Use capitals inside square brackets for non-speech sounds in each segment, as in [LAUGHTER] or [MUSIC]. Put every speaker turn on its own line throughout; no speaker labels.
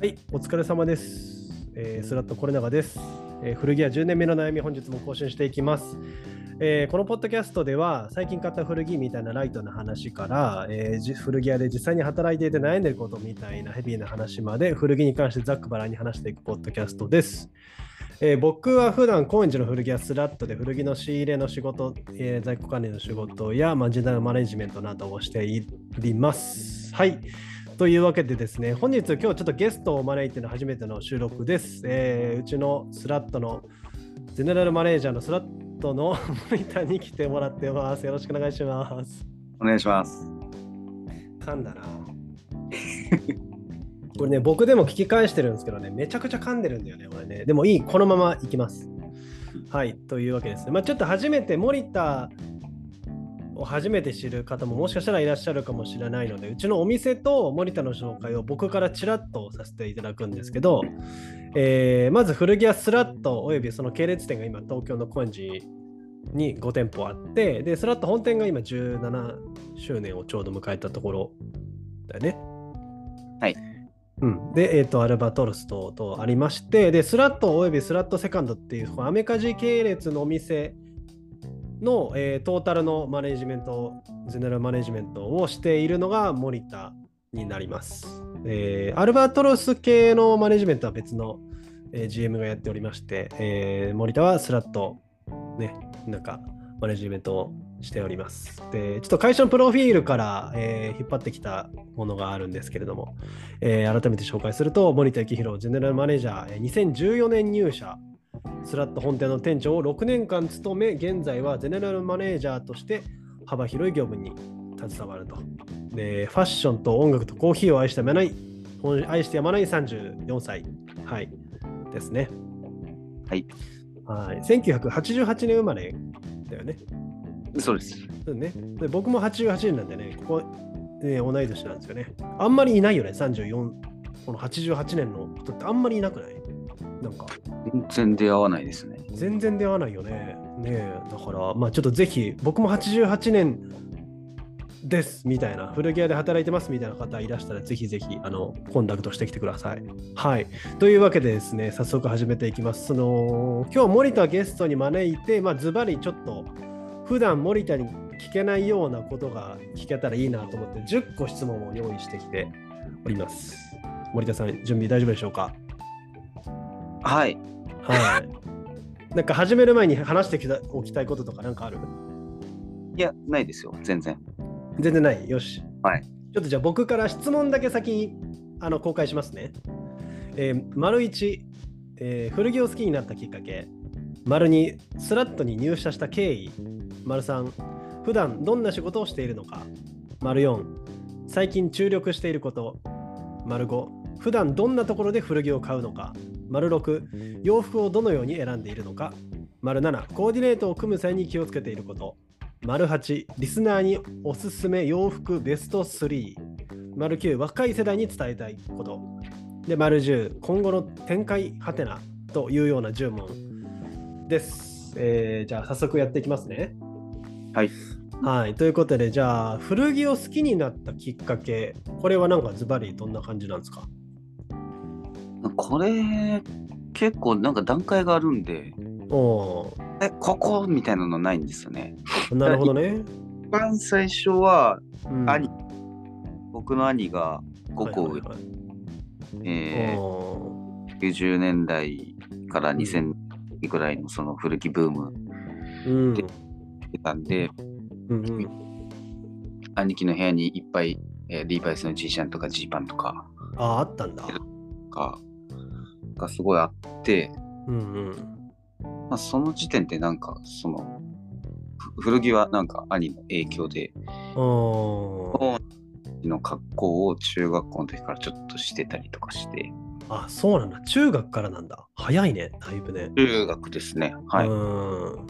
はい、お疲れ様です。えースラットコレナガです、えー古着屋10年目の悩み、本日も更新していきます。えーこのポッドキャストでは、最近買った古着みたいなライトな話から、えーじ古着屋で実際に働いていて悩んでることみたいなヘビーな話まで、古着に関してざっくばらんに話していくポッドキャストです。えー僕は普段高円寺の古着屋スラットで古着の仕入れの仕事、えー在庫管理の仕事や、まあ、時代のマネジメントなどをしています。はい。というわけでですね、本日、今日ちょっとゲストを招いての初めての収録です。えーうちのスラットのゼネラルマネージャーのスラットの [LAUGHS] モニターに来てもらってます。よろしくお願いします。
お願いします。
噛んだな。 [LAUGHS] これね、僕でも聞き返してるんですけどね、めちゃくちゃ噛んでるんだよね、これね。でもいい、このままいきます。はい、というわけですね。まあ、ちょっと初めて、モニターを初めて知る方ももしかしたらいらっしゃるかもしれないので、うちのお店とモニターの紹介を僕からちらっとさせていただくんですけど、えーまず古着屋スラットおよびその系列店が今、東京の高円寺に5店舗あって、で、スラット本店が今17周年をちょうど迎えたところだよね。
はい。
うん、で、えっ、と、アルバトロスととありまして、で、スラットおよびスラットセカンドっていう、こうアメカジ系列のお店の、えートータルのマネジメント、ゼネラルマネジメントをしているのがモニターになります。えーアルバトロス系のマネジメントは別の、えー GM がやっておりまして、えーモニターはスラット、ね、なんかマネジメントをしております。で、ちょっと会社のプロフィールから、えー引っ張ってきたものがあるんですけれども、えー改めて紹介すると、森田幸宏ジェネラルマネージャー、えー2014年入社、スラット本店の店長を6年間務め、現在はジェネラルマネージャーとして幅広い業務に携わると。で、ファッションと音楽とコーヒーを愛してやまない、愛してやまない34歳、はい、ですね。
はい。
はい、1988年生まれだよね。
そうです。
そうね。で僕も88年なんでね、ここ、ね、同い年なんですよね。あんまりいないよね、34、この88年の人ってあんまりいなくないなんか、
全然出会わないですね。
全然出会わないよね。ねえ、だから、まあちょっとぜひ、僕も88年ですみたいな、古着屋で働いてますみたいな方いらしたら、ぜひぜひ、あの、コンタクトしてきてください。はい。というわけでですね、早速始めていきます。その、今日、森田ゲストに招いて、まあ、ズバリちょっと、普段森田に聞けないようなことが聞けたらいいなと思って、10個質問を用意してきております。森田さん、準備大丈夫でしょうか
はい。
はい。なんか始める前に話してきたおきたいこととかなんかある
いや、ないですよ。全然。
全然ない。よし。
はい。
ちょっとじゃあ僕から質問だけ先にあの公開しますね。えー丸1、えー古着を好きになったきっかけ。丸2、スラットに入社した経緯。丸3、普段どんな仕事をしているのか。丸4、最近注力していること。丸5、普段どんなところで古着を買うのか。丸6、洋服をどのように選んでいるのか。丸7、コーディネートを組む際に気をつけていること。丸8、リスナーにおすすめ洋服ベスト3。丸9、若い世代に伝えたいこと。で、丸10、今後の展開はてなというような10問です。えーじゃあ早速やっていきますね。
はい。
はい、ということで、じゃあ古着を好きになったきっかけ、これはなんかズバリどんな感じなんですか
これ、結構なんか段階があるんで、
お
え、ここみたいなのないんですよね。
ーなるほどね。
一番最初は、
うん
兄、僕の兄が5個
は
上、
いはいはい
え
お
ー90年代から2000年ぐらいのその古着ブーム
ーうん
出たんで、
うんうん
兄貴の部屋にいっぱい、えーリーバイスの G シャンとか G パンとか
ああったんだ。
が、がすごいあって、
うんうん。
まあ、その時点でなんかそのふ古着はなんか兄の影響で
おー
の格好を中学校の時からちょっとしてたりとかして
あそうなんだ中学からなんだ早いねだいぶね
中学ですねはいう
ーん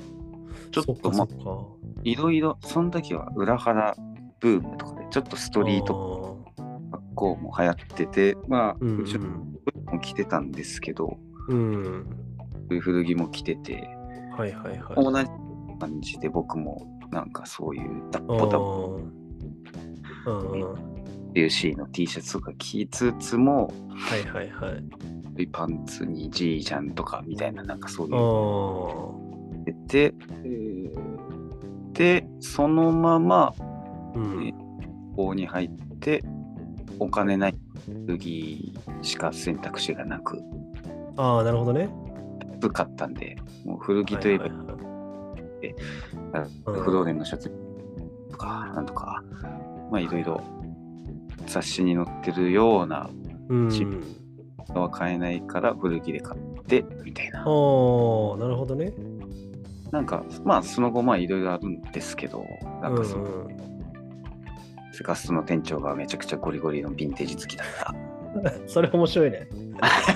ちょっと
そか
まあ
そっか
いろいろその時は裏腹ブームとかでちょっとストリート
ト
格好も流行っててまあ
うん
ちょっとも着てたんですけど
うん、うん、
古着も着てて
はいはいはい
同じ感じで僕もなんかそういうダッ
あー
ポダッポ
うんうん
WC の T シャツとか着つつも、
はいはいはい。
パンツにジージャンとかみたいな、なんかそういう
あー
で、えーで、そのまま、
うん。
こに入って、お金ない次しか選択肢がなく、
ああ、なるほどね。
安かったんで、もう古着といえば
はい、はいはいうん
不動年のシャツとか、なんとか、まあいろいろ雑誌に載ってるような
うん。
のは買えないから古着で買って、みたいな
あ。あ、なるほどね。
なんか、まあその後、まあいろいろあるんですけど、なんかその、
うんうん
セガストの店長がめちゃくちゃゴリゴリのヴィンテージ好きだった。
[LAUGHS] それ面白い
[LAUGHS]
ね。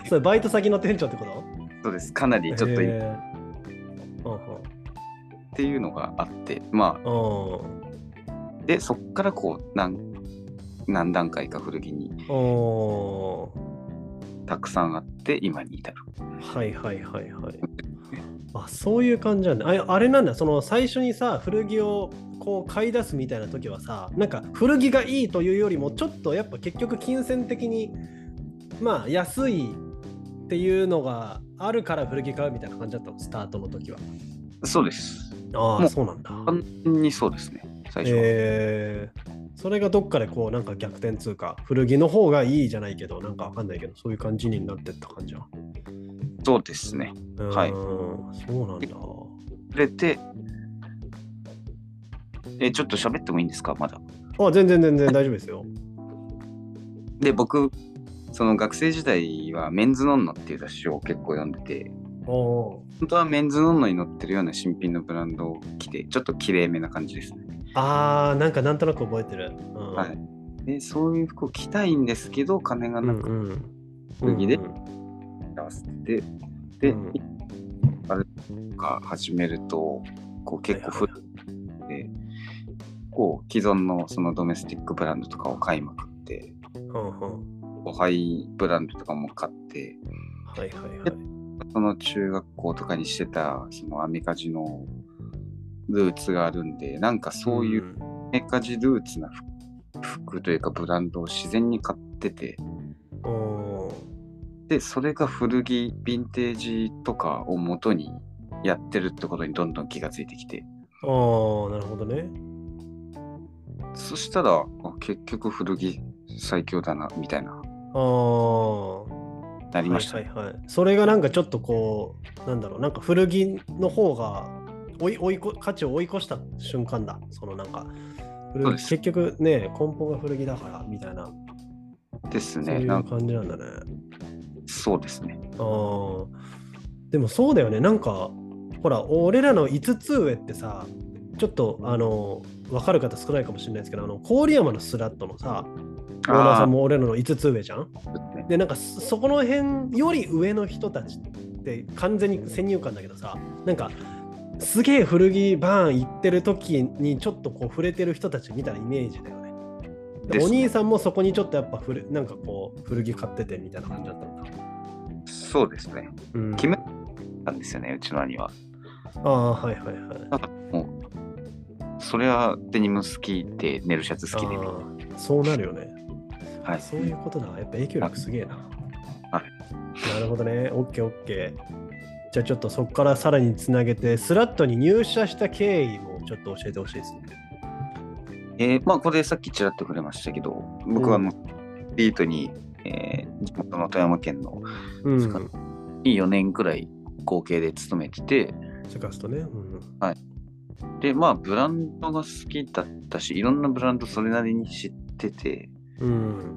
それバイト先の店長ってこと
そうです。かなりちょっとい
へ
っ
ーうん
ていうのがあって、ま
うんうん
あ、で、そっからこう、何、何段階か古着に
お
たくさんあって、今に至る。
ーはいはいはいはい。あそういう感じなんだ。あれあれなんだ、その最初にさ、古着をこう買い出すみたいな時はさ、なんか古着がいいというよりも、ちょっとやっぱ結局金銭的に、まあ安いっていうのがあるから古着買うみたいな感じだったの、スタートの時は。
そうです。
あ
も
あ、
う
そうなんだ。
完全にそうですね、最初は。
えー、それがどっかでこうなんか逆転通過古着の方がいいじゃないけどなんかわかんないけどそういう感じになってった感じは
そうですね。はい
そうなんだ
れて、え、ちょっと喋ってもいいんですか、まだ。
あ全然全然大丈夫ですよ
で、僕、その学生時代はメンズノンノっていう雑誌を結構読んでて、
お
本当はメンズノンノに載ってるような新品のブランドを着て、ちょっときれいめな感じですね。
あーなんかなんとなく覚えてる、うん、
はい、でそういう服を着たいんですけど金が
うんう
なく
ん
古着で
うんうん
て合わせて、で、
うん
あれとか始めるとこう結構古くて、こう既存のそのドメスティックブランドとかを買いまくって
うんうん
こうハイブランドとかも買って
はいはいはい
その中学校とかにしてたそのアメカジのルーツがあるんでなんかそういうアメカジルーツな服服というかブランドを自然に買ってて、
うんおー
でそれが古着ヴィンテージとかを元にやってるってことにどんどん気がついてきて
あーなるほどね
そしたらあ結局古着最強だなみたいな
ああ
なりました、
はいはいはい、それがなんかちょっとこうなんだろうなんか古着の方が追い追いこ価値を追い越した瞬間だそのなんか古着
そうです
結局ね根本が古着だからみたいな
です
そう
ね
いう
な
ん
か
感じなんだね
そうですね
あーでもそうだよねなんかほら俺らの5つ上ってさちょっとあの分かる方少ないかもしれないですけどあの郡山のスラットのさオーナーさんも俺らの5つ上じゃん
あーね
でなんかそそこの辺より上の人たちって完全に先入観だけどさなんかすげえ古着バーン行ってる時にちょっとこう触れてる人たちみたいなイメージだよね。で
です
お兄さんもそこにちょっとやっぱ古なんかこう古着買っててみたいな感じだったんだ。
そうですね
うん、
決めたんですよねうちの兄は
ああはいはいはい。
それはデニム好きで寝るシャツ好きで
あーそうなるよね。
はい
そういうことだ。やっぱ影響力すげえな。。
はい
なるほどね。オッケーオッケー。じゃあちょっとそこからさらにつなげて、スラットに入社した経緯もちょっと教えてほしいですね。
えーまあこれさっきちらっと触れましたけど僕はあの、リートに、えー地元の富山県の
う
そっか4年くらい合計で勤めてて
セカストね。うん。
でまあブランドが好きだったしいろんなブランドそれなりに知ってて
うん。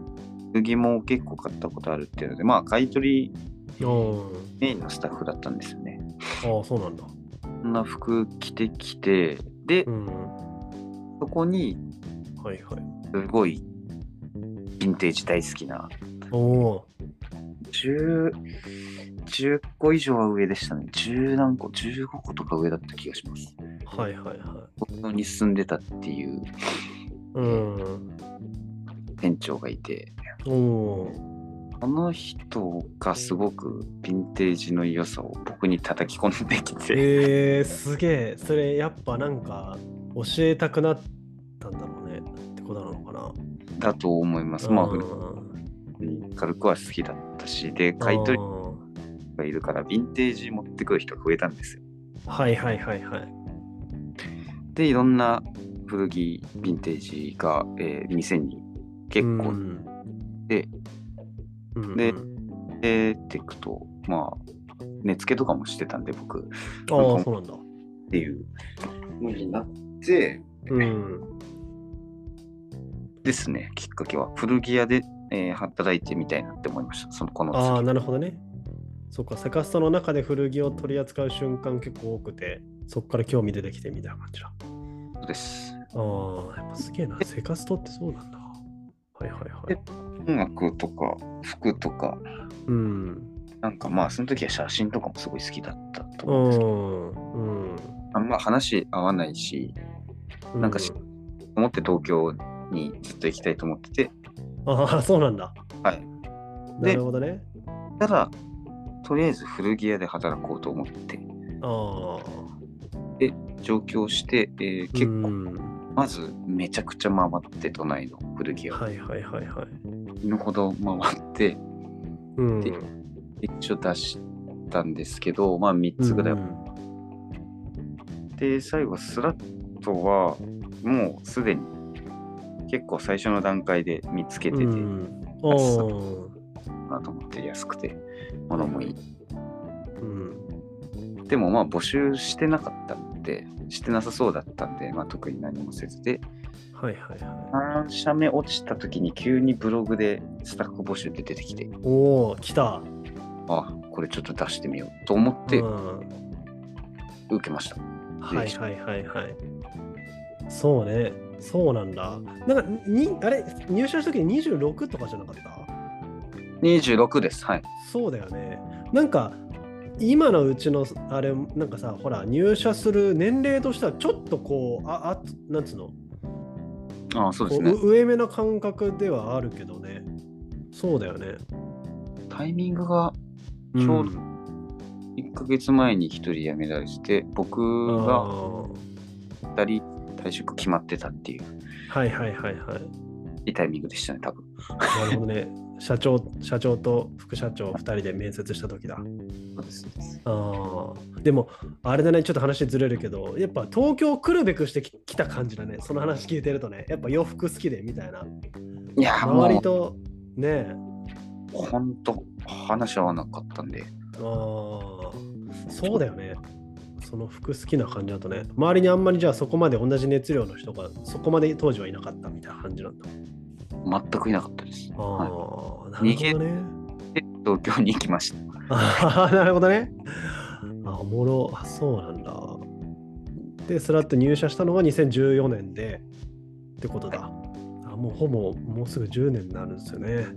古着も結構買ったことあるっていうのでまあ買い取り
うん、
メインのスタッフだったんですよね
ああ、そうなんだ。
そんな服着てきてで
うん。
そこに
はいはい。
すごいヴィンテージ大好きな
おお
10, 10個以上は上でしたね10何個15個とか上だった気がします
ー。はいはいは
東京に住んでたっていう
い。うん。
店長がいて
おお。
この人がすごくヴィンテージの良さを僕に叩き込んできて、
えー、すげえ。それやっぱなんか教えたくなったんだろうね。ってことなのかな。
だと思います。まあ、
う
古
ん
く軽くは好きだったし、で、買い取りがいるから、ヴィンテージ持ってくる人が増えたんですよ。
はいはいはいはい。
で、いろんな古着、ヴィンテージが、えー店に結
う
構
ん
で、
うん
で
うん
出てくと、まあ、値付けとかもしてたんで、僕っ
ああ、そうなんだ。
ていうのになって、
うん。
ですね、きっかけは。古着屋で、えー働いてみたいなって思いました。そのこの
ああ、
先
なるほどね。そっか、セカストの中で古着を取り扱う瞬間結構多くて、そっから興味出てきてみたいな感じだ。
です。
ああ、やっぱすげえな。セカストってそうなんだ。はいはいはい
え。音楽とか服とか、
うん。
なんかまあその時は写真とかもすごい好きだったと
う
思うんですけど、
ん。うん。
あんま話合わないし、
う
なんかし思って東京にずっと行きたいと思ってて、
ああ、そうなんだ。
はい。で
なるほどね。
ただ、とりあえず古着屋で働こうと思って、
ああ。
上京して、えー結
う
構、
ん
まずめちゃくちゃ回って、都内の古着屋を
はいはいはいはい。
死ぬほど回って、
うん。
で一応出したんですけど、まあ3つぐらい
うん
で最後スラットはもうすでに結構最初の段階で見つけてて、
うん。あー
なと思って安くて物もいい
うん。
でもまあ募集してなかったんでしてなさそうだったんで、まあ、特に何もせずで
はいはいは
3社目落ちた時に急にブログでスタッフ募集で出てきて
い。おお、来た。
あこれちょっと出してみようと思って
うん
受けました、
はいはいはいはい。そうね、そうなんだ。なんか、にあれ、入社した時に26とかじゃなかった
26ですはい
そうだよね。なんか、今のうちの、あれ、なんかさ、ほら、入社する年齢としては、ちょっとこう、あ、あなんつうの
あそうです
こ
ね
うう上目な感覚ではあるけどね。そうだよね。
タイミングがちょうど
ん
1ヶ月前に1人辞められてて僕が
あ
2人退職決まってたっていう
ーはいはいはいはい。
いいタイミングでしたね多分
なるほどね。社長、社長と副社長2人で面接した時だ。
そうです
ああ、でも、あれだね、ちょっと話ずれるけど、やっぱ東京来るべくしてき来た感じだね、その話聞いてるとね、やっぱ洋服好きでみたいな、
いやーも
周り
う
とね、
ほんと話合わなかったん
あ
で
あ、そうだよね、その服好きな感じだとね、周りにあんまりじゃあそこまで同じ熱量の人が、そこまで当時はいなかったみたいな感じなんだ。
全くいなかったです
ああ、
は
なるほどね。
いで東京に行きました
ああ、なるほどね。あおもろ、あそうなんだ。で、スラッと入社したのが2014年で、ってことだ。あもうほぼ、もうすぐ10年になるんですよね。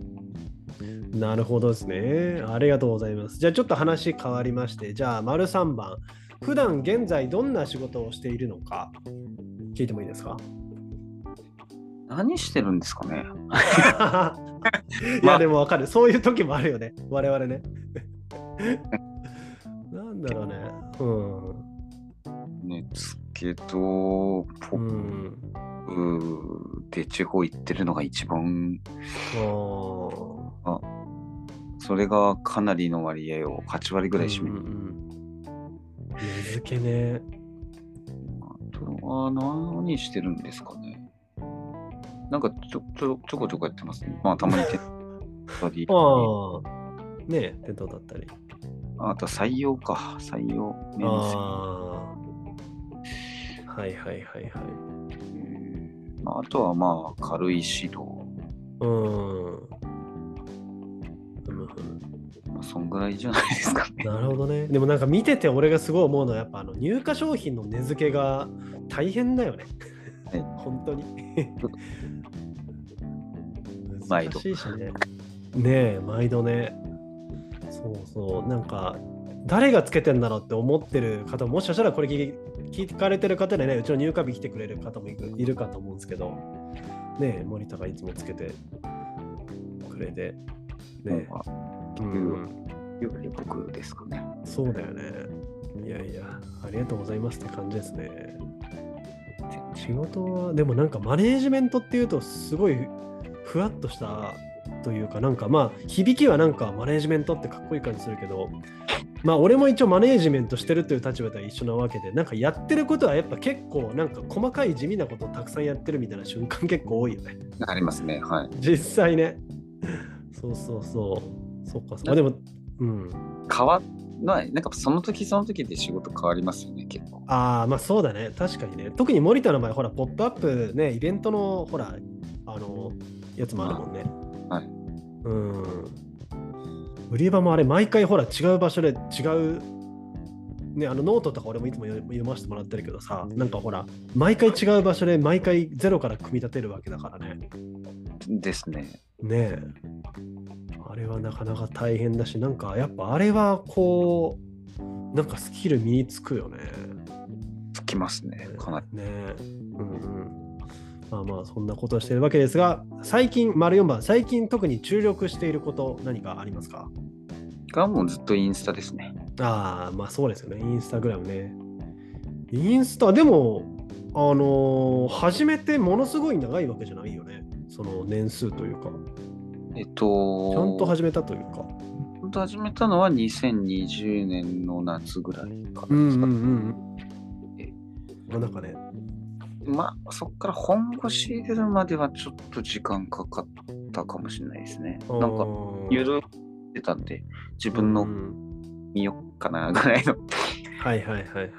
なるほどですね。ありがとうございます。じゃあちょっと話変わりまして、じゃあ、丸3番。普段現在どんな仕事をしているのか、聞いてもいいですか
何してるんですかね [LAUGHS]
いや、でもわかる。そういう時もあるよね。我々
[LAUGHS]
ね。なんだろうね。うん。
ねつけどポ
う
ッ
ん。
プで地方行ってるのが一番
あー
それがかなりの割合を8割ぐらい占め
うん
る、
うんうん根付けね。
あとは何してるんですかねなんかちょちょちょこちょこやってますね。まあたまに手たり
[LAUGHS] ああ。ねえ、伝統だったり。
あとは採用か。採用。面
あ
接
あ。はいはいはいはい。
うんまああとはまあ軽い指導。
うん。ふむふむ
まあ、そんぐらいじゃないですかね。
なるほどね。でもなんか見てて俺がすごい思うのはやっぱあの入荷商品の値付けが大変だよね。
はい
本
[LAUGHS]
当に。
毎度
難しいしね。ねえ、毎度ね。そうそう。なんか誰がつけてんだろうって思ってる方ももしかしたらこれ聞き聞かれてる方でね、うちの入荷日来てくれる方もいるいるかと思うんですけど、ねえ、森田がいつもつけてくれて、ね
まあ
え。
んよく僕ですかね。
そうだよね。いやいや、ありがとうございますって感じですね。仕事は、でもなんかマネージメントっていうと、すごいふわっとしたというかなんかまあ響きはなんかマネージメントってかっこいい感じするけどまあ俺も一応マネージメントしてるという立場では一緒なわけでなんかやってることはやっぱ結構なんか細かい地味なことをたくさんやってるみたいな瞬間結構多いよね
ありますね。はい。
実際ねそうそうそうそっかそうまあでもうん
変わない。なんかその時その時で仕事変わりますよね、結構。
ああまあそうだね確かにね特に森田の場合ほら「ポップアップねイベントのほらあのやつもあるもんね
はい
うん売り場もあれ毎回ほら違う場所で違うねあのノートとか俺もいつも読読ませてもらってるけどさなんかほら毎回違う場所で毎回ゼロから組み立てるわけだからね
ですね。
ねえあれはなかなか大変だしなんかやっぱあれはこうなんかスキル身につくよね
つきますね、かなり。
ねえうんうん。まあまあ、そんなことをしているわけですが、最近、丸4番、最近特に注力していること、何かありますか
がもうずっとインスタですね。
ああ、まあそうですよね。インスタグラムね。インスタ、でも、あのー始めてものすごい長いわけじゃないよね。その年数というか、
えっと、
ちゃんと始めたというか。
ちゃんと始めたのは2020年の夏ぐらいかな。
んうん。なんかね、
まあ、そこから本腰入れるまではちょっと時間かかったかもしれないですね。なんか、ゆるってたんで、自分
う
の
ん
見よっかなぐらいの。
はいはいはいはい。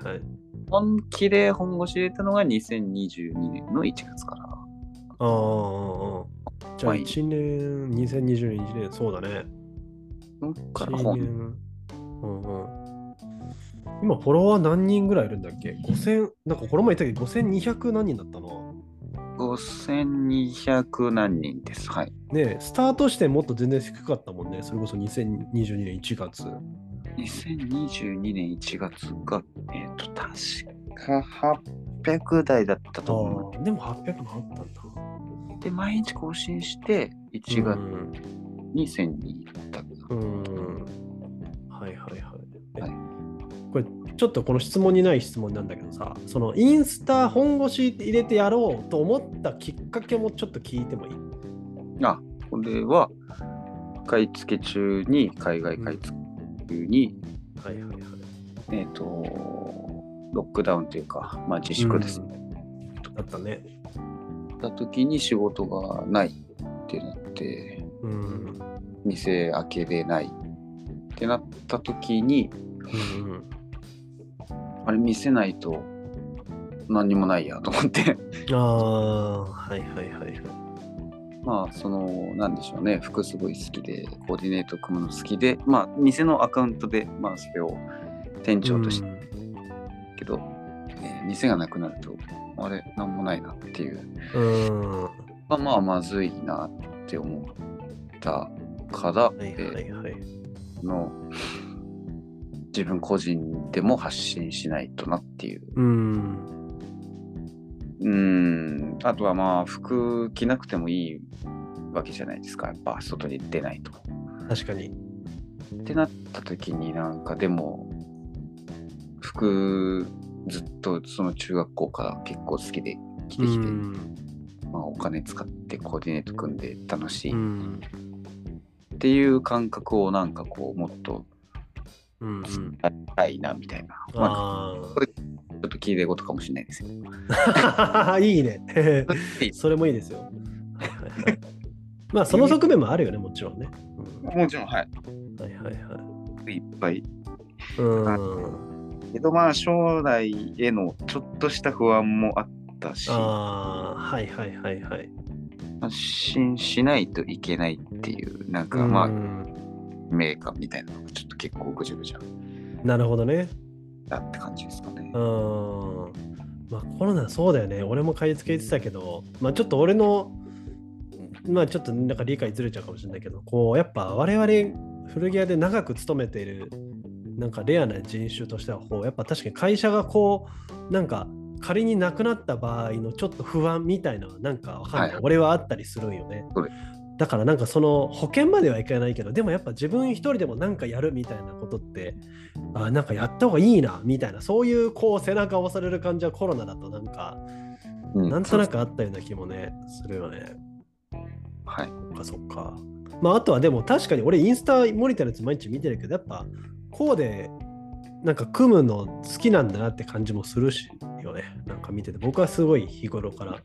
本気で本腰入れたのが2022年の1月から。
あーあーあー。じゃあ
はい
1年、2021年、そうだね。
そこから
1
本。
年うんうん、今、フォロワー何人ぐらいいるんだっけ ?5000、なんかこの前言ったけど、5200何人だったの
5200何人です。はい。
ねえスタートしてもっと全然低かったもんね。それこそ2022年1月。
2022年1月が、えっ、と、確か800台だったと思
でも800もあったんだ。
う。で、毎日更新して、1月に1000人いった。
うん。うんはいはいはい。
はい
これちょっとこの質問にない質問なんだけどさ、そのインスタ本腰入れてやろうと思ったきっかけもちょっと聞いてもいい
あ、これは、買い付け中に、海外買い付け中に、
はいはいはい。
えっ、と、ロックダウンというか、まあ自粛ですね。
うんだったね。
った時に仕事がないってなって
うん。
店開けれないってなった時に
うんうん
あれ見せないと何にもないやと思って [LAUGHS]
ああ、はいはいはいはい。
まあそのなんでしょうね服すごい好きでコーディネート組むの好きでまあ店のアカウントでまあそれを店長として
うん
るけど、えー店がなくなるとあれ何もないなっていう
うん。は
まあまあまずいなって思ったから、
い
えー
はいはい。
の自分個人でも発信しないとなっていう。
うん。
うん。あとはまあ服着なくてもいいわけじゃないですか。やっぱ外に出ないと。
確かに。
ってなった時になんかでも服ずっとその中学校から結構好きで着てきて、
うん
まあ、お金使ってコーディネート組んで楽しい
うん。
っていう感覚をなんかこうもっと
うんうん。
あったいなみたいな。ま
あ
あちょっと聞いてることかもしれないですけど。
あ。 [LAUGHS] いいね。それもいいですよ。はいはいはいまあ、その側面もあるよね、もちろんね。 [LAUGHS]
もちろんはい。
うんはいはいはい
っぱい。
うん。
けどまあ将来へのちょっとした不安もあったし
ああ、はいはいはいはい。
発信しないといけないっていうなんか
うん
まあメーカーみたいなのがちょっと結構ぐちゃぐちゃ
なるほどね。
だって感じですかね
う。ん。まあコロナそうだよね。俺も買い付け言ってたけど、まあちょっと俺の、まあちょっとなんか理解ずれちゃうかもしれないけど、こうやっぱ我々古着屋で長く勤めているなんかレアな人種としてはこうやっぱ確かに会社がこうなんか仮になくなった場合のちょっと不安みたいなのはなんかわかんない、
はい
俺はあったりするんよね
そうで。
だからなんかその保険まではいかないけどでもやっぱ自分一人でもなんかやるみたいなことってあなんかやった方がいいなみたいなそういうこう背中を押される感じはコロナだとなんか
う
なんとなくあったような気もねするよね。
そうはい。
そ
[LAUGHS]
っかそっか。まああとはでも確かに俺インスタモニターのやつ毎日見てるけどやっぱこうでなんか組むの好きなんだなって感じもするしよね。なんか見てて僕はすごい日頃から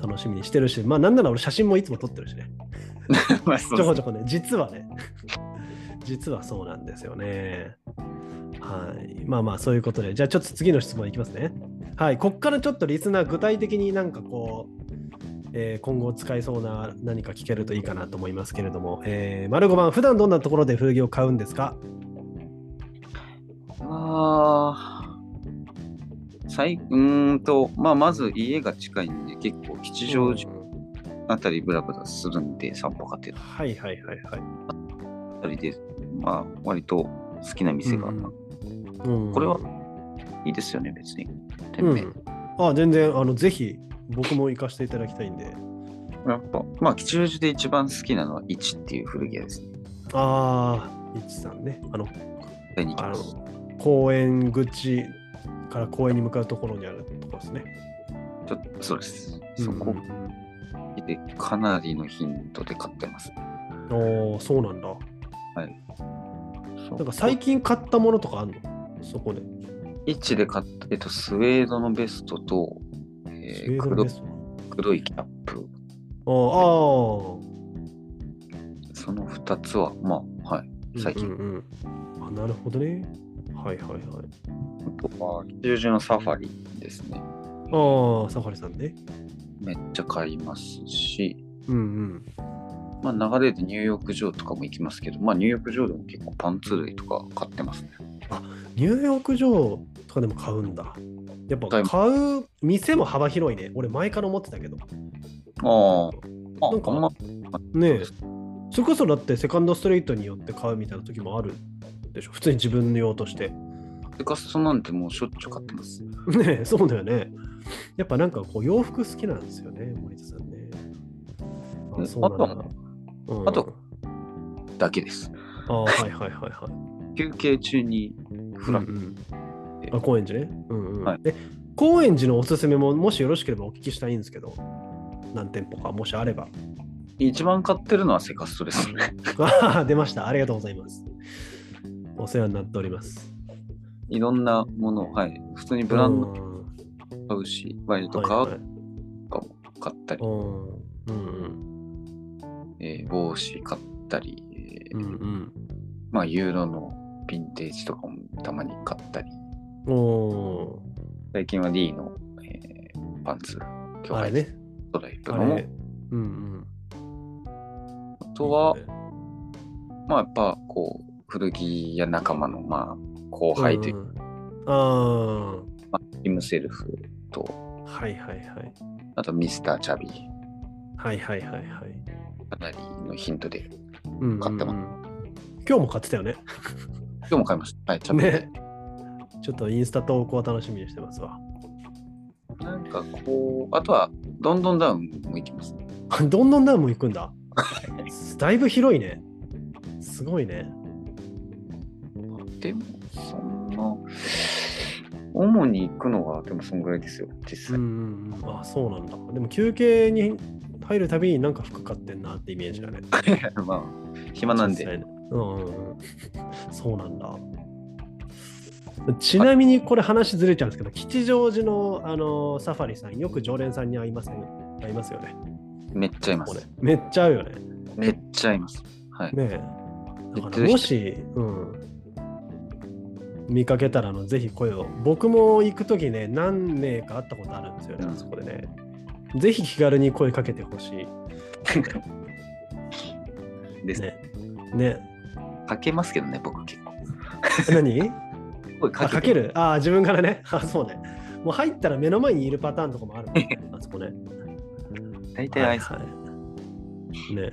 楽しみにしてるしまあなんなら俺写真もいつも撮ってるしね。
まあ、そ
ちょ
う
こちょこね実はね [LAUGHS] 実はそうなんですよね。はい。まあまあそういうことでじゃあちょっと次の質問いきますね。はい。こっからちょっとリスナー具体的になんかこうえー今後使えそうな何か聞けるといいかなと思いますけれども、えー、丸5番、普段どんなところで古着を買うんですか
あー最うーんと、まあ、まず家が近いんで、結構吉祥寺あたりブラブラするんで、散歩がてら
はいはいはいはい。
あたりで、まあ、割と好きな店が、
うんうん
これはいいですよね、別に。店
う
名。
ん、あ全然あの、ぜひ僕も行かせていただきたいんで。
やっぱ、まあ、吉祥寺で一番好きなのは1っていう古着屋ですね。
ああ、いちさんね。あの、
買いに行き
あ
ます。
の公園口から公園に向かうところにあるところですね。
ちょっと、そうです。そこでかなりの頻度で買ってます。
おお、そうなんだ。
そう
なんか最近買ったものとかあるのそこで。
一で買った、えっと、スウェードのベストと、え
スウェ
ー、
ードの
黒
ベスト
黒いキャップ、
あーあー。
その2つは、まあ、はい。最近
うんうんうんあなるほどね。はいはいはい。
あとは、吉祥寺のサファリです
あ
ね。
あ、サファリさんね。
めっちゃ買いますし、
うん
まあ、流れでニューヨーク城とかも行きますけど、まあ、ニューヨーク城でも結構パンツ類とか買ってますね。
うん。ニューヨーク城とかでも買うんだ。やっぱ買う店も幅広いね。俺前から思ってたけど。
ああ、
なんか
あんま
ねえ。それこそだってセカンドストリートによって買うみたいな時もあるでしょ。普通に自分の用と
[LAUGHS]
して。
デカストなんてもうしょっちゅう買ってます。
ねえ、そうだよね。やっぱなんかこう洋服好きなんですよね、森田さんね。あそうなんだ。うん
あと、だけです。
ああ、はいはいはいはい。
休憩中に [LAUGHS] フラッ
うんうん、あ高円寺ね、うんうん
はい
え高円寺のおすすめももしよろしければお聞きしたいんですけど何店舗かもしあれば [LAUGHS]
一番買ってるのはセカストですね。
あー出ましたありがとうございますお世話になっております
いろんなものを、はい。普通にブランド
うん
買うし、割と
は
買
いはいう
買ったり、
うんうん
えー帽子買ったり、えー
うんうん
まあ、ユーロのヴィンテージとかもたまに買ったり、
うんお
最近は D の、えーパンツ、
ー
今
あれ
日
ね
ストライプ
あ
のも、
れうんうん
あとは、
いいね
まあ、やっぱこう、古着や仲間の、まあ、後輩というう、
んうんあ
イムセルフと、
あはいはいはい
あとミスターチャビー、
はいはいはいはい
かなりのヒントで、
うんうんうん
買ってま
今日も買ってたよね
今日も買いました。はい、チャビー。
ね。ちょっとインスタ投稿を楽しみにしてますわ。 [LAUGHS]
なんかこう、あとは、どんどんダウンも行きます、ね。
どんどんダウンも行くん [LAUGHS] だ。だいぶ広いね。すごいね。
でも、そんな、主に行くのは、でもそんぐらいですよ、実
う
際。
んうんうん。あ、そうなんだ。でも休憩に入るたびになんか服買ってんなってイメージだね。
[LAUGHS] まあ、暇なん
実
で。
際ねうんうんうん。そうなんだ。ちなみにこれ話ずれちゃうんですけど、吉祥寺のあのサファリさん、よく常連さんに会いません会いますよね。
めっちゃいま
これ
す。
めっちゃ会うよね。
めっちゃいます。
[LAUGHS]
はい。
ねえ。だ
言っ
か
て
ら
る人
もし、うん、見かけたらあのぜひ声を。僕も行くときね、何名か会ったことあるんですよね、
うん
あそこでね。ぜひ気軽に声かけてほし
で
い。
す
ね。ね。
かけますけどね、僕結構。
何
声か
あ
け
か
て
けるああ、自分からね。 [LAUGHS] あそうね。もう入ったら目の前にいるパターンとかもあるもん
[LAUGHS]
ね、あそこね。
大体あ
はい
い
はい、ね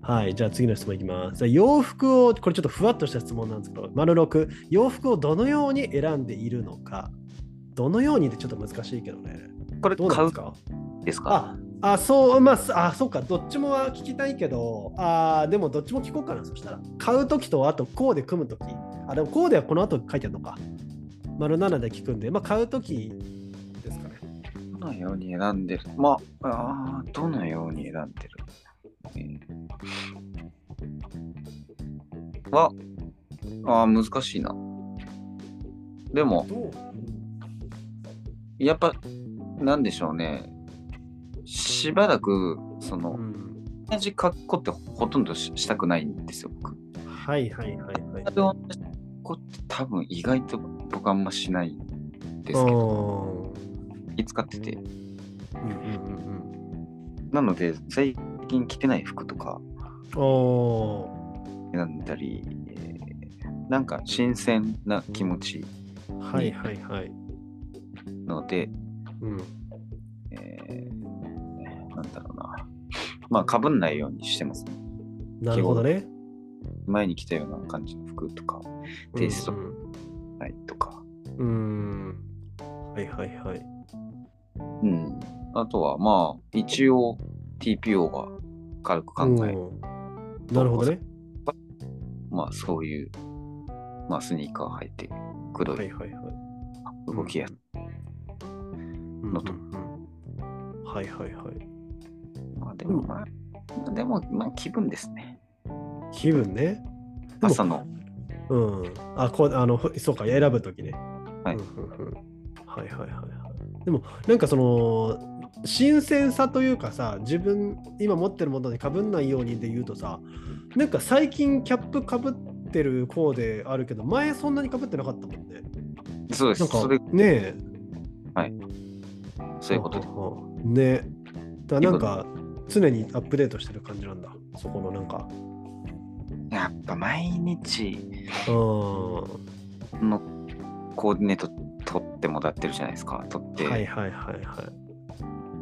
はい、じゃあ次の質問いきます。じゃあ洋服を、これちょっとふわっとした質問なんですけど、丸六洋服をどのように選んでいるのか、どのようにってちょっと難しいけどね。
これ
どうなん
買
で
う
すか
ですか
ああ、そう、まあす、あ、そうか、どっちもは聞きたいけど、あーでもどっちも聞こうかな、そしたら。買うときと、あと、コーデ組むとき。あ、でもコーデはこの後書いてあるのか。丸七で聞くんで、まあ、買うときですかね。
どのように選んでるまあ、あーどのように選んでるえーは、あー難しいな。でも、
どう
やっぱ、なんでしょうね。しばらく、その、
ん、
同じ格好ってほとんどししたくないんですよ、僕。
はいはいはいはい。
同じ格好って多分意外と僕あんましないんですけど、
ど。
気使ってて。
うんうん
なので、最近着てない服とか
うんうん。お
選んだり、えーなんか新鮮な気持ち
ーはいはいはい。
ので、
うん。
えーなんだろうな。まあ、かぶんないようにしてますね。
なるほどね。
前に着たような感じの服とか、テイスト
うん
ないとか。
うん。うんはいはいはい。
うん。あとは、まあ、一応 TPO は軽く考える。
うんなるほどね。
まあ、そういう、まあ、スニーカー履いて、黒
はいいはいはい。
動きやすいのと
うんうんうんはいはいはい。
まあ、でも、まあ、でも、まあ、気分ですね。
気分ね。でも
朝の、
うん。あ、こう、あの、ふそうか、選ぶときね。
は
う
い
んうんうんはいはいはいはい。でも、なんかその、新鮮さというかさ、自分、今持ってるものにかぶんないようにで言うとさ、なんか最近キャップかぶってるコーデあるけど、前そんなにかぶってなかったもんね。
そうで
な
す。
んか
それ、、
ねえ。
そういうことで。
うんうんねだからなんか、常にアップデートしてる感じなんだ。そこのなんか。
やっぱ、毎日
うん。
のコーディネート取ってもらってるじゃないですか。取って、
はいはいはいはい。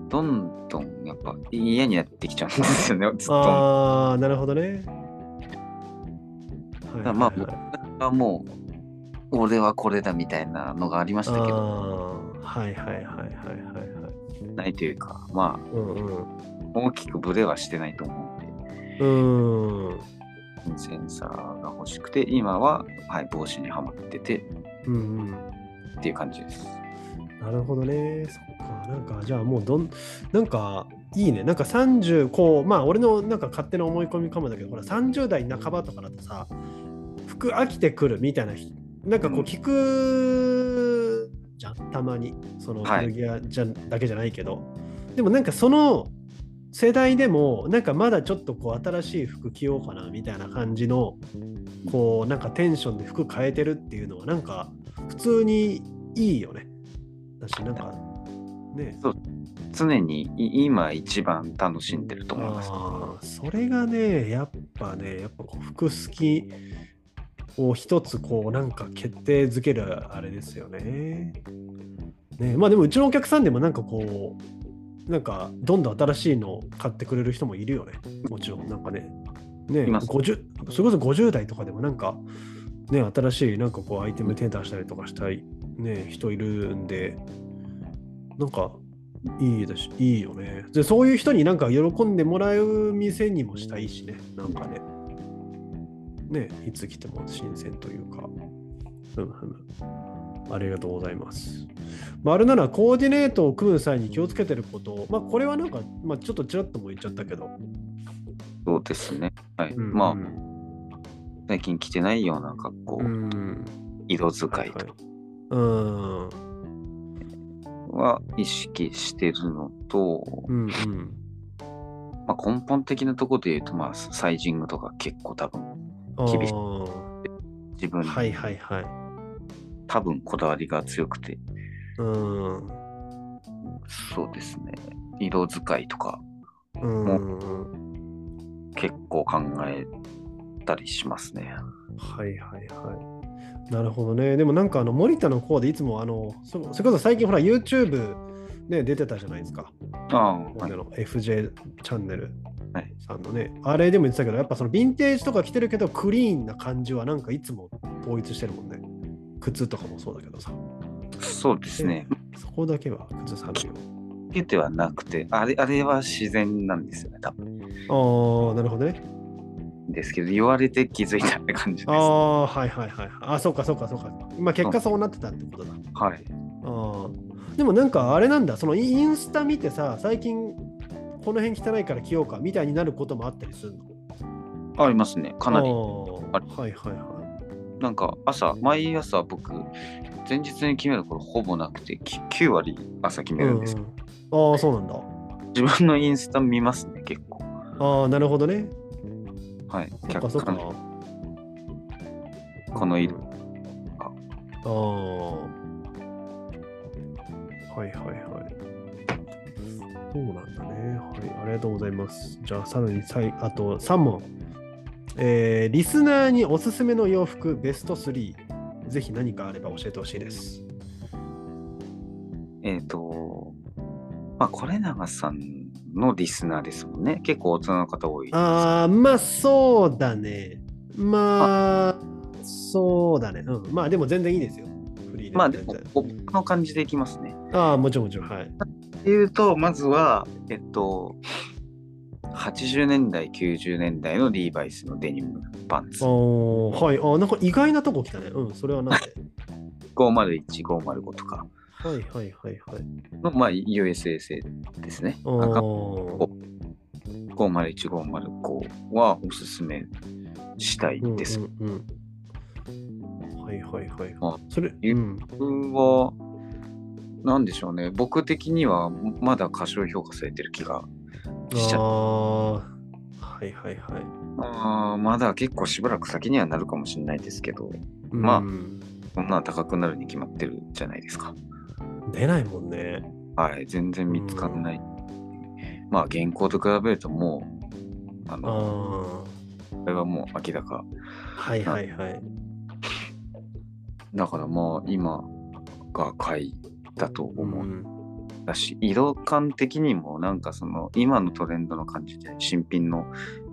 どんどん、やっぱ、嫌になってきちゃうんですよね、ずっと。
ああ、なるほどね。はいはいはい
まあ僕あもう、俺はこれだみたいなのがありましたけど、
あーはいはいはいはいはいはい。
ないというか、まあ、
うん
大きくブレはしてないと思うんで。
うん。うん。
センサーが欲しくて、今は、はい、帽子にはまってて
うんうん。
っていう感じです。
なるほどね。そっか。なんか、じゃあもうどん、なんか、いいね。なんか30、こう、まあ、俺のなんか勝手な思い込みかもだけど、ほら、30代半ばとかだとさ、服飽きてくるみたいな人、なんかこう
うん
聞くじゃん、たまに。その、
はい
古着屋じゃだけじゃないけど。でもなんかその世代でも、なんかまだちょっとこう、新しい服着ようかなみたいな感じの、こう、なんかテンションで服変えてるっていうのは、なんか、普通にいいよね。だし、なんか、ね。
常にい今一番楽しんでると思います。
あーそれがね、やっぱね、やっぱこう服好きを一つこう、なんか決定づけるあれですよね。ねまあでも、うちのお客さんでもなんかこう、なんかどんどん新しいのを買ってくれる人もいるよね。もちろん、なんかね。ね
います
50それこそ50代とかでもなんか、ね、新しいなんかこうアイテム手出したりとかしたい、ね、人いるんで、なんかいいだし、いいよね。で、そういう人になんか喜んでもらう店にもしたいしね、なんかね。ね、いつ来ても新鮮というか。ふむふむ。ありがとうございます。まあ、あれならコーディネートを組む際に気をつけてること、まあ、これはなんか、まあ、ちょっとちらっとも言っちゃったけど、
そうですね。はい。
うん
まあ、最近着てないような格好、
うん、
色使いと
はいはい
かは意識してるのと、
うん、うん、うん。
まあ、根本的なところで言うと、まあ、サイジングとか結構多分、
あー
厳し自分、
はいはいはい。
多分こだわりが強くて、
うん。
そうですね。色使いとか
うん。
結構考えたりしますね。
はいはいはい。なるほどね。でもなんかあの森田の方でいつもあの、そそれこそ最近ほら YouTube ね、出てたじゃないですか。
ああ、はい
僕らの FJ チャンネル
はい
さんのね、あれでも言ってたけど、やっぱそのヴィンテージとか着てるけど、クリーンな感じはなんかいつも統一してるもんね。靴とかもそうだけどさ、
そうですね。
そこだけは崩さないよう。
受けてはなくて、あれあれは自然なんですよね、多分。
ああ、なるほどね。
ですけど、言われて気づいたって感じです。
あ
は
あ、はいはいはい。あ、そうかそうかそうか。まあ結果そうなってたってことだ。
い。
ああ。でもなんかあれなんだ、そのインスタ見てさ、最近この辺汚いから着ようかみたいになることもあったりするの
ありますね、かなり
あー。
あ
はいはいは
なんか朝、毎朝僕、前日に決めることほぼなくて、き9割朝決
い。
めるんですけど、
うんうんああ、そうなんだ。
自分のインスタ見ますね、結構。
ああ、なるほどね。
はい。
そっかそっか。
客この色あ
ああ。はいはいはい。そうなんだね。はい、ありがとうございます。じゃあ、さらにさいあと3問。えーリスナーにおすすめの洋服ベスト3。ぜひ何かあれば教えてほしいです。
えっ、と、まあ、これ長さんのリスナーですもんね。結構大人の方多い。
ああ、まあそうだね。まあ、そうだね。うん。まあでも全然いいですよ。フリーで。
まあ、でも
全然、
僕の感じでいきますね。
ああ、もちろんもちろん。はい。
っていうと、まずは、えっと、80年代、90年代のリーバイスのデニムパンツ。
おーはい。あーなんか意外なとこ来たね。うん、それはなん
[LAUGHS]
で。
501、505とか
はいはいはいはい。
の、まあ、USSA ですね。
お
なんか
ー
501、505はおすすめしたい
うん
です。
うんうんはいはいはい
あ。
それ、
ゆ
うん。
僕は、なんでしょうね。僕的には、まだ過小評価されてる気が
あ
しちゃ
あー、
う。
はいはいはい。
あーまだ結構しばらく先にはなるかもしれないですけど、まあ
うん
そんな高くなるに決まってるじゃないですか。
出ないもんね。
はい、全然見つかんない。まあ、現行と比べるともう、あ
あ
の、
あ。
これはもう明らか。
はいはいはい。
だからまあ、今が買いだと思うんだし、色感的にもなんかその、今のトレンドの感じで新品の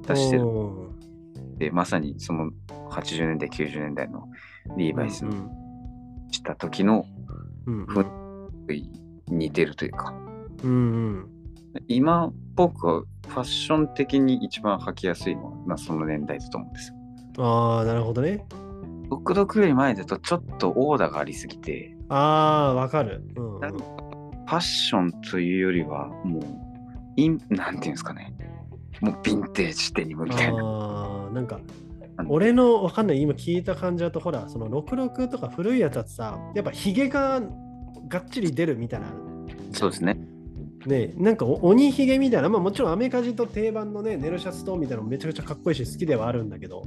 出してる
おー
って、まさにその80年代、90年代のリーバイス
うんう
の
ん
した時の
うん
ふ似てるというか、
うんうん
今僕はファッション的に一番履きやすいのは、まあ、その年代だと思うんですよ。
ああなるほどね
僕のより前だとちょっとオーダーがありすぎて、
ああーわかるうんうん
なんかファッションというよりはもうイン、なんていうんですかね、もうヴィンテージデニムみたいな。
あーなんか
あの
俺のわかんない今聞いた感じだとほらその66とか古いやつだとさやっぱヒゲががっちり出るみたいな
そうですね。
ねなんかお鬼ヒゲみたいなまあもちろんアメカジと定番のねネルシャストーンみたいなのもめちゃくちゃかっこいいし好きではあるんだけど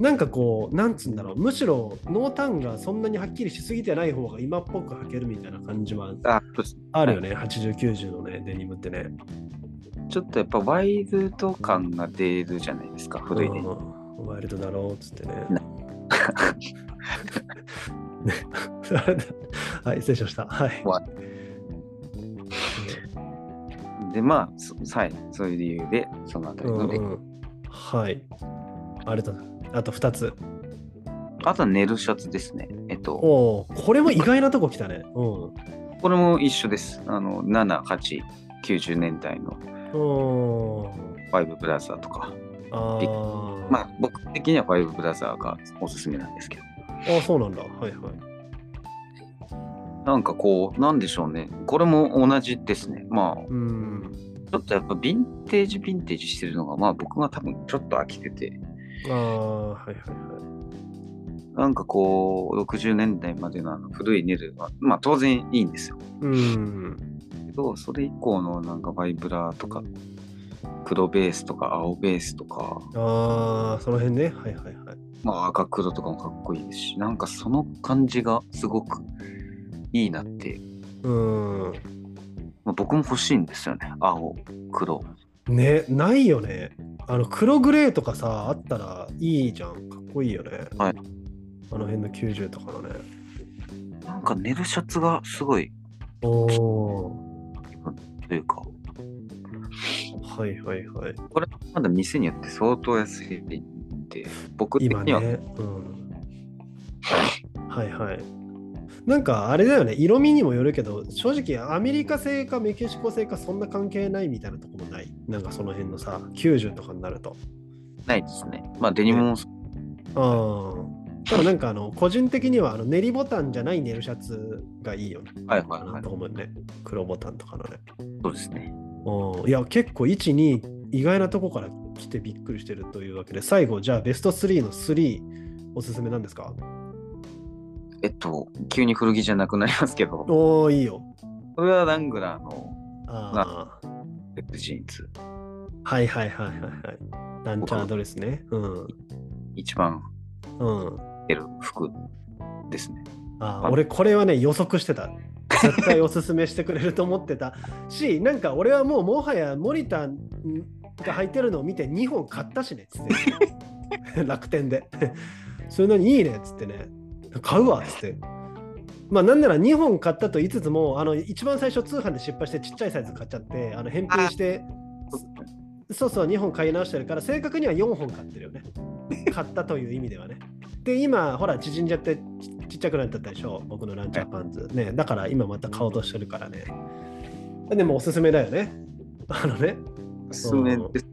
なんかこうなんつうんだろうむしろ濃淡がそんなにはっきりしすぎてない方が今っぽく履けるみたいな感じは
あそうです
あるよね、8090のねデニムってね
ちょっとやっぱワイルド感が出るじゃないですか、古いデニ
う
ム。
んワイルドだろうっつってね。
な
[LAUGHS] はい、失礼しました。はい。
わで、まあ、そはい、そういう理由で、そのあたり
うん
ので、
うんはい。あれだ。あと2つ。
あとは寝るシャツですね。えっと、
おお、これも意外なとこ来たね。うん。
これも一緒です。あの、7、8、90年代の
うん。
ファイブブラザーとか、
あー、
まあ僕的にはファイブブラザーがおすすめなんですけど、
あ、そうなんだ。はいはい。
なんかこう、なんでしょうね、これも同じですね。まあ、
うん。
ちょっとやっぱヴィンテージヴィンテージしてるのが、まあ僕が多分ちょっと飽きてて、
ああ、はいはいは
なんかこう、60年代までのあの古いネルは、まあ当然いいんですよ。
い。うん。
けど、それ以降のなんかバイブラとか、黒ベースとか青ベースとか、
ああ、その辺ね。はいはいはい。
まあ赤黒とかもかっこいいですし、なんかその感じがすごくいいなって、
うん。
まあ、僕も欲しいんですよね。青、黒。
ねないよねあの黒グレーとかさあったらいいじゃんかっこいいよね
はい
あの辺の90とかのね
なんか寝るシャツがすごい
おお
というか、
はいはいはい
まだ店によって相当安いんで、僕的
今
には、
ねうんはいはいなんかあれだよね色味にもよるけど正直アメリカ製かメキシコ製かそんな関係ないみたいなとこもないなんかその辺のさ90とかになると
ないですね。まあデニムもそ
ああただなんかあの個人的にはあの練りボタンじゃないネルシャツがいいよね
う、はいは
あ
い
の
はい
と。思うね。黒ボタンとかのね。
そうですね。
うんいや、結構1、2、意外なとこから来てびっくりしてるというわけで、最後、じゃあベスト3の3、おすすめなんですか
えっと、急に古着じゃなくなりますけど、
おおいいよ。
これはラングラーの
ああ、
レッドジーンズ。
はいはいはいはいはい。ランチャードレスね。うん。
一番
うん。
出る服ですね。
あ
あ
ー俺これはね予測してた絶対おすすめしてくれると思ってたしなんか俺はもうもはやモニターが履いてるのを見て2本買ったしねっつって [LAUGHS] 楽天でそれなのにいいねっつってね買うわっつってまあなんなら2本買ったと言いつつもあの一番最初通販で失敗してちっちゃいサイズ買っちゃってあの返品してそうそう2本買い直してるから正確には4本買ってるよね買ったという意味ではねで今ほら縮んじゃってちちっちゃくなっちゃったでしょ僕のランチャーパンツねだから今また買おうとしてるからねでもおすすめだよね [LAUGHS] あのね
おすすめです。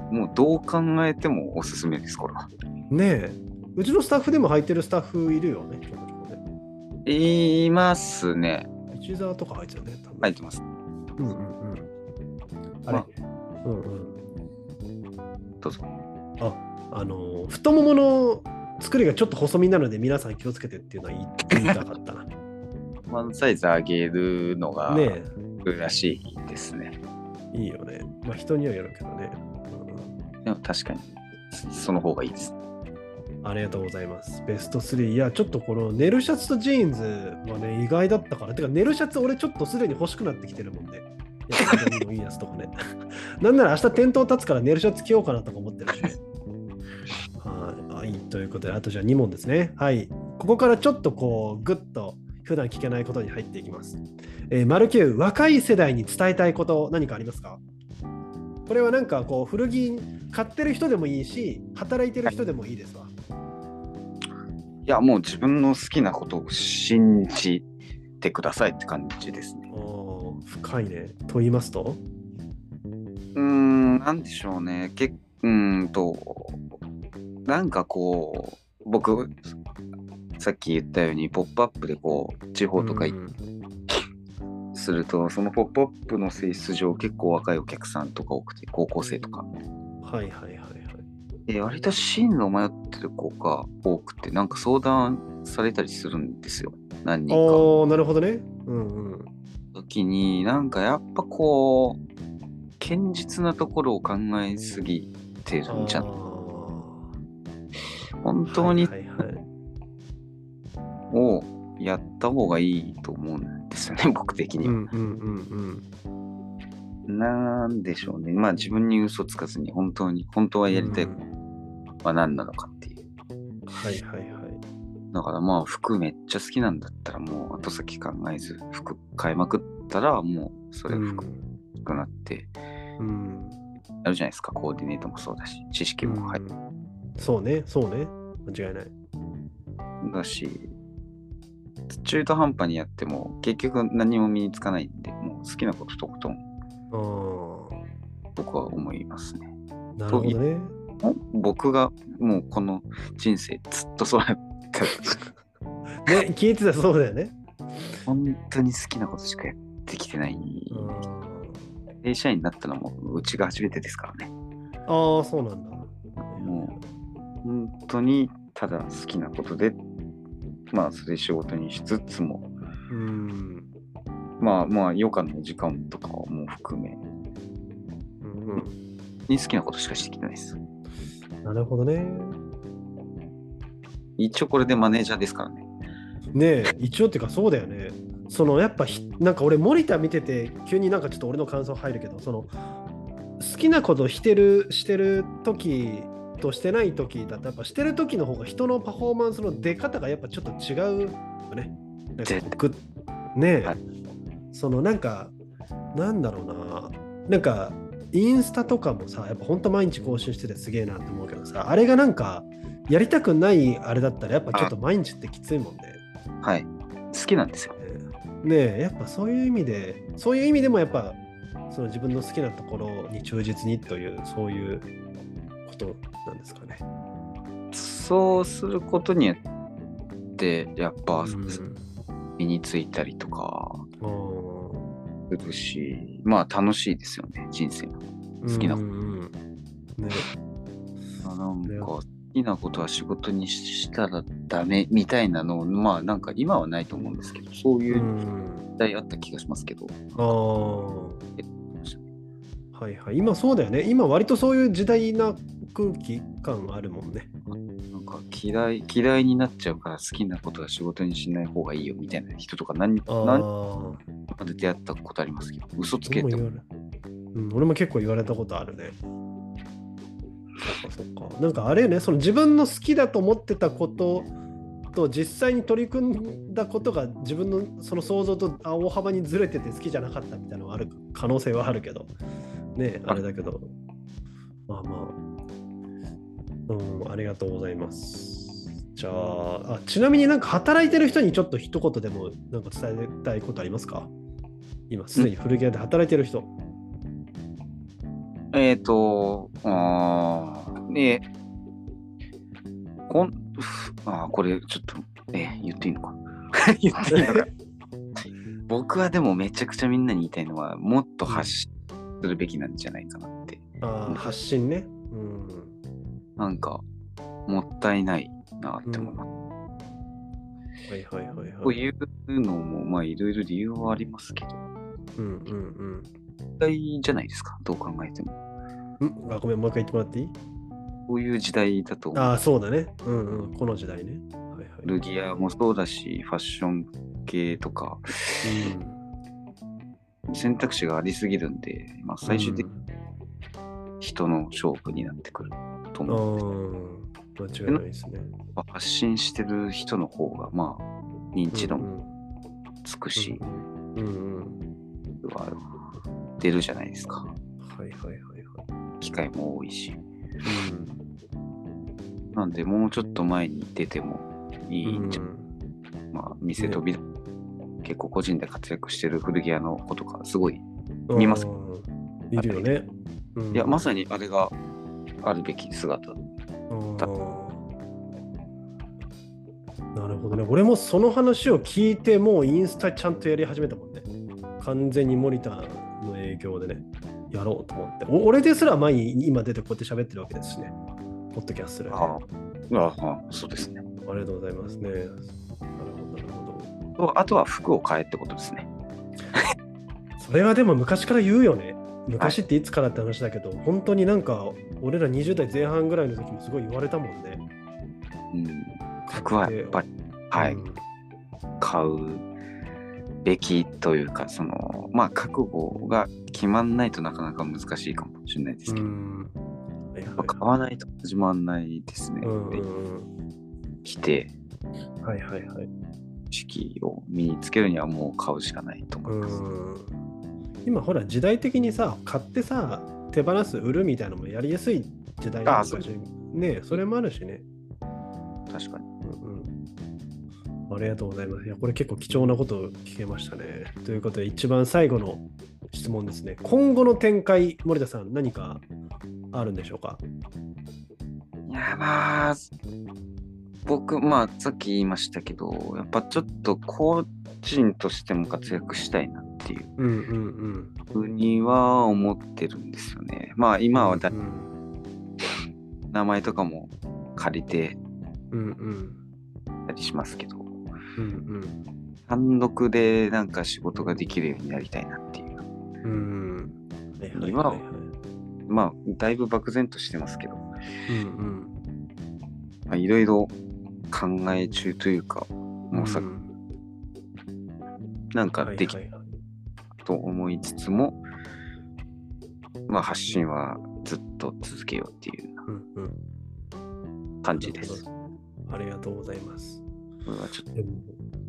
もうもうどう考えてもおすすめです、これは。
ねえうちのスタッフでも履いてるスタッフいるよねちょこちょこね
いますね。
市沢とか履いてるね多分
入ってます。
うんうんうんあれ、
ま
うんうん
どうぞ。
あの太ももの作りがちょっと細身なので皆さん気をつけてっていうのは言い言いたか
[LAUGHS]
ったなね
ワンサイズ上げるのが、
え
らしいですね。
いいよねまあ人にはよるけどね、
でも確かに、そその方がいいです。
うんありがとうございますベスト3いやちょっとこのネルシャツとジーンズはね意外だったからてかネルシャツ俺ちょっとすでに欲しくなってきてるもんねいや他にもいいやつとかね [LAUGHS] なんなら明日店頭立つからネルシャツ着ようかなとか思ってるしねはい、あいいということで、あとじゃあ2問ですね。はい。ここからちょっとこう、ぐっと普段聞けないことに入っていきます。えー、丸9、若い世代に伝えたいこと、何かありますかこれはなんかこう、古着買ってる人でもいいし、働いてる人でもいいですわ。
いや、もう自分の好きなことを信じてくださいって感じですね。
おー深いね。と言いますと
うーん、なんでしょうね。けうーんと、なんかこう、僕、さっき言ったように、ポップアップでこう、地方とか行っ
うん
すると、そのポップアップの性質上、結構若いお客さんとか多くて、高校生とか。
はいはいはいはい。
で割と進路迷ってる子が多くて、なんか相談されたりするんですよ。何人か。
おーなるほどね。うんうん。
時になんかやっぱこう堅実なところを考えすぎてるんじゃ
あ
ん
ー
本当に
はいはいはい
をやった方がいいと思うんです
[LAUGHS]
よね僕的に
う
は、
んうんうん
なんでしょうねまあ自分に嘘つかずに本当に本当は
うん。
やりたいこ
うん
とは何なのかっていう
はいはいはい。
だからまあ服めっちゃ好きなんだったらもう後先考えず服買いまくったらもうそれ服欲しくなって
うん
やるじゃないですか、コーディネートもそうだし知識も入っ
うんそうね、そうね。間違いない。
だし中途半端にやっても結局何も身につかないんでもう好きなこととことん
ああ
僕は思いますね
なるほどね。
僕がもうこの人生ずっとそうやって
ね、聞いてたらそうだよね。
[LAUGHS] 本当に好きなことしかやってきてない
うん
正社員になったのもうちが初めてですからね
ああ、そうなんだ。
も本当にただ好きなことでまあそれ仕事にしつつも
うん。
まあまあ余暇の時間とかはもう含め
うんうん
に好きなことしかしてきてないです
なるほどね。
一応これでマネージャーですからね
ねえ、一応っていうかそうだよね。そのやっぱひなんか俺モニター見てて急になんかちょっと俺の感想入るけどその好きなことしてるしてる時としてない時だとやっぱしてる時の方が人のパフォーマンスの出方がやっぱちょっと違うよね。なんかこうぐねえ、
はい
そのなんかなんだろうななんかインスタとかもさやっぱほんと毎日更新しててすげえなって思うけどさあれがなんかやりたくないあれだったらやっぱちょっと毎日ってきついもんね。
はい。好きなんですよ。
ねえやっぱそういう意味でそういう意味でもやっぱその自分の好きなところに忠実にというそういうことなんですかね。
そうすることによって、やっぱ
うん
身についたりとか、
あー
するし、まあ楽しいですよね、人生。好きな
う
こ
んうんうんね
あなんか、好きなことは仕事にしたらダメみたいなのを、まあなんか今はないと思うんですけど、そういううん時代あった気がしますけど、
ああはいはい、今そうだよね。今割とそういう時代な空気感あるもんね。
なんか嫌い、嫌いになっちゃうから好きなことは仕事にしない方がいいよみたいな人とか何、
ああ、
何まで出会ったことありますけど、嘘つけ
俺
っ
も
て
言われ、うん、俺も結構言われたことあるね。そっかそっか。なんかあれよね、その自分の好きだと思ってたことと実際に取り組んだことが自分のその想像とあ大幅にずれてて好きじゃなかったみたいなのはある可能性はあるけど、ね、あれだけど、まあまあ、うん、ありがとうございます。じゃああちなみになんか働いてる人にちょっと一言でもなんか伝えたいことありますか今すでに古着屋で働いてる [LAUGHS] 人。
えっ、ー、と、あーねこん、ふあーこれちょっと、えー言っていいのか。言っていいのか。僕はでもめちゃくちゃみんなに言いたいのは、もっと発信するべきなんじゃないかなって。
あー発信ね。うん。
なんか、もったいないなって思う。
はいはいはい
こ
は
う
い。
いうのも、まあいろいろ理由はありますけど、
うんうん
問題じゃないですか、どう考えても。
うん。んあごめん、もう一回言ってもらっていい
こういう時代だと思う
ああ、そうだね。うんうん。この時代ね。はいはい。
古着屋もそうだし、ファッション系とか、選択肢がありすぎるんで、まあ、最終的に人の勝負になってくると
うん、う
思う。
ん間違いないですね。
まあ発信してる人の方が、まあ、認知度
う
も
ん
つくし、
うんうん。
は出るじゃないですか。
はいはいはいはい。
機会も多いし。
うん
なんで、もうちょっと前に出てもいいんじゃ、
うん
まあ、店飛び、結構個人で活躍してる古着屋の子とか、すごい、
うん
見ます
いるよね。うん
いや、まさにあれがあるべき姿。う
あーなるほどね。俺もその話を聞いて、もうインスタちゃんとやり始めたもんね。完全にモニターの影響でね、やろうと思って。お俺ですら前に今出てこうやって喋ってるわけですしね。ポッドキャストで、ね。あ
ああ、そうですね。
りがとうございますね。なるほど、なるほど。
あとは服を変えってことですね。
それはでも昔から言うよね。昔っていつからって話だけど、本当になんか、俺ら20代前半ぐらいの時もすごい言われたもんね。
うん、服はやっぱり、はい、
うん
買うべきというか、その、まあ、覚悟が決まんないとなかなか難しいかもしれないですけど、
ん。はいはい
まあ買わないと始まんないですね。
うんう
で
ん
来て、
うんはいはいはい。
知識を身につけるにはもう買うしかないと思
う
います。
ん。今ほら時代的にさ、買ってさ、手放す、売るみたいなのもやりやすい時代だ
あそう
し、ねそれもあるしね。
確かに。
うんうんありがとうございます。いや、これ結構貴重なことを聞けましたね。ということで、一番最後の質問ですね。今後の展開、森田さん、何かあるんでしょうか
いや、まあ、僕、まあ、さっき言いましたけど、やっぱちょっと個人としても活躍したいなっていう
うんうん
ふうには思ってるんですよね。まあ、今はだ
うん
名前とかも借りて
うんうん
たりしますけど、
うん
単独でなんか仕事ができるようになりたいなっていう。
うんうん。はいはい
今
はいは
はいまあ、だいぶ漠然としてますけど、ま
うん
あいろいろ考え中というか、
うん
もうさ、
ん
なんかでき
はいはいはい
たと思いつつも、まあ、発信はずっと続けようっていう
うんうん
感じです。
なるほどありがとうございます。
これはちょっと
でも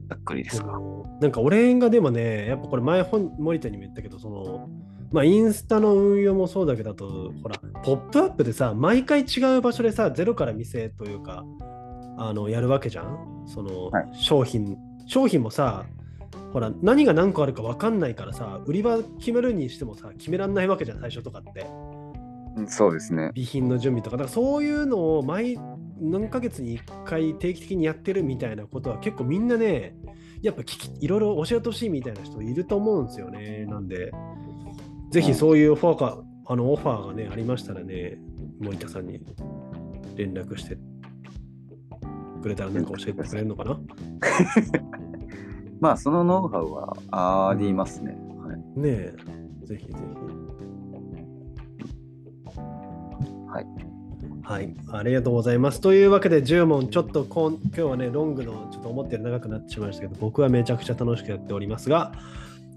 ざっくりです
あ
が。
のなんか俺がでもね、やっぱこれ前本、森田にも言ったけど、その、まあ、インスタの運用もそうだけど、あと、ほら、ポップアップでさ、毎回違う場所でさ、ゼロから店というか、あの、やるわけじゃんその、
はい
商品、商品もさ、ほら、何が何個あるか分かんないからさ、売り場決めるにしてもさ、決めらんないわけじゃん、最初とかって。
そうですね。
備品の準備とか、だからそういうのを毎何ヶ月に1回定期的にやってるみたいなことは結構みんなね、やっぱ聞きいろいろ教えてほしいみたいな人いると思うんですよね。なんで、ぜひそういうオファーか、あのオファーがね、ありましたらね、森田さんに連絡してくれたらなんか教えてくれるのかな
まあ、そのノウハウはありますね。はい。
ねえ、ぜひぜひ。
はい。
はい、ありがとうございます。というわけで10問、ちょっとこん今日はね、ロングのちょっと思ったより長くなってしまいましたけど、僕はめちゃくちゃ楽しくやっておりますが、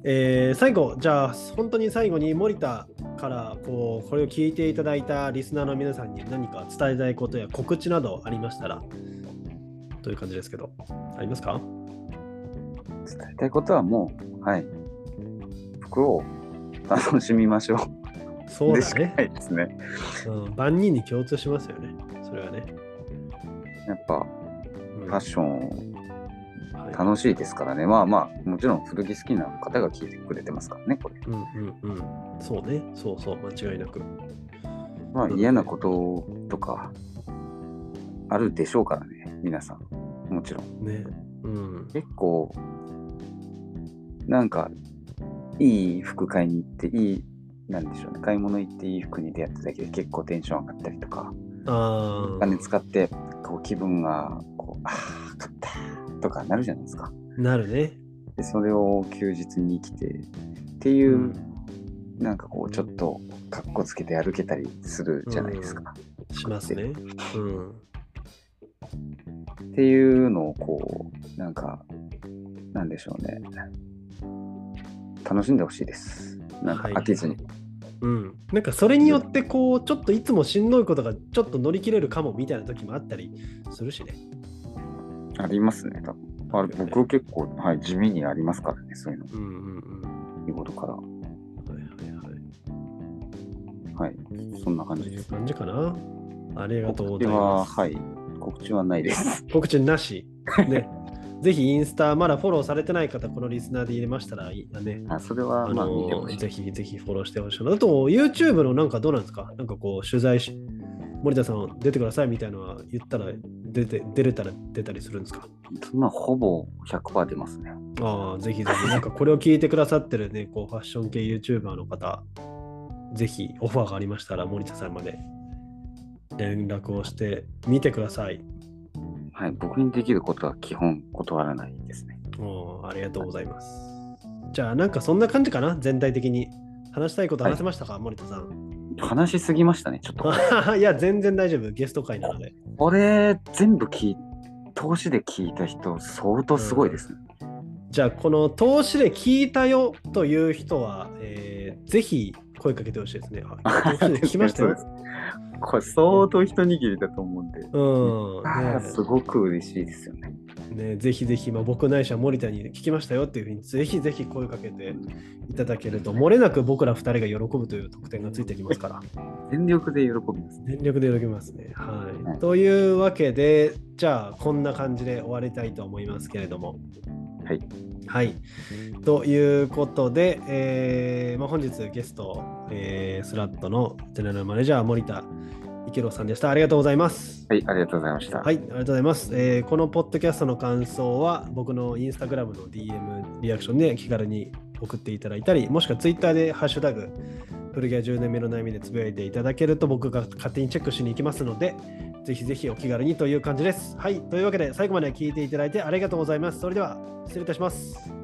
えー最後、じゃあ本当に最後に森田からこうこれを聞いていただいたリスナーの皆さんに何か伝えたいことや告知などありましたら、という感じですけど、ありますか
伝えたいことはもう、はい。服を楽しみましょう。
そう
で
だ
しか
ね
な。いですね。
うん、万人に共通しますよね。それはね。
やっぱ、
うん
ファッション
はい
楽しいですからね。まあまあ、もちろん古着好きな方が聞いてくれてますからね、これ。
うんうんうん。そうね。そうそう。間違いなく。
まあ、
うん
嫌なこととか、あるでしょうからね、皆さん。もちろん。
ね。うん。
結構、なんか、いい服買いに行って、いい、なんでしょうね、買い物行っていい服に出会っただけで結構テンション上がったりとか、
あ
お
あ。
金使って、こう、気分が、こう、ああ、買ったとかなるじゃないですか。
なるね。
でそれを休日に生きてっていう、なんかこうちょっとかっこつけて歩けたりするじゃないですか、
しますね。うん。
っていうのをこうなんかなんでしょうね楽しんでほしいですなんか
はい
飽きずに、
うん、なんかそれによってこうちょっといつもしんどいことがちょっと乗り切れるかもみたいな時もあったりするしね。
ありますね多分あれ僕結構、はい、地味にありますからねそういうの
うんうんうん。
日頃から
はいはいはい。
はいそんな感
と
じ
い
で
う
す
感じかな。ありがとうご
告
ざ
知
いま
は
す。
はい告知はな
[LAUGHS]
いです
告知なし。
[LAUGHS]
ね。ぜひインスタ、まだフォローされてない方、このリスナーで入れましたらいいだね。
あそれは
あ
まあ
の
見てほしい
ぜひぜひフォローしてほしいな。あと、YouTube のなんかどうなんですかなんかこう、取材し、森田さん出てくださいみたいなのは言ったら出て、出れたら出たりするんですか
そんなほぼ100%出ますね
ああ、ぜひぜ
[LAUGHS]
ひ、なんかこれを聞いてくださってるね、こう、ファッション系 YouTuber の方、ぜひオファーがありましたら、森田さんまで連絡をしてみてください。
はい、僕にできることは基本断らないですね。
おーありがとうございます。じゃあ、なんかそんな感じかな全体的に。話したいこと話せましたか、森田さん。
話しすぎましたね、ちょっと。
[LAUGHS] いや、全然大丈夫。ゲスト会なので。
これ、全部聞い、投資で聞いた人、相当すごいですね。
じゃあ、この投資で聞いたよという人は、えーぜひ声かけてほしいですね。あ投資で聞きま
[LAUGHS]
した
そう
よ
で。すこれ、相当一握りだと思うんで、
うん。
あ
ね
ーすごく嬉しいですよね。
ね、ぜひぜひ、まあ、僕ないしは森田に聞きましたよっていうふうにぜひぜひ声かけていただけると漏れなく僕ら2人が喜ぶという特典がついてきますから
全力で喜びます。
全力でいただきますね、はい
はい
というわけでじゃあこんな感じで終わりたいと思いますけれども
はい、
はい、ということで、えーまあ、本日ゲスト、えースラットのゼネラルマネージャー森田池郎さんでしたありがとうございます
はい、ありがとうございました。
はい、ありがとうございます、えーこのポッドキャストの感想は僕のインスタグラムの DM リアクションで気軽に送っていただいたり、もしくはツイッターでハッシュタグ、古着屋10年目の悩みでつぶやいていただけると僕が勝手にチェックしに行きますので、ぜひぜひお気軽にという感じです。はい、というわけで最後まで聞いていただいてありがとうございます。それでは失礼いたします。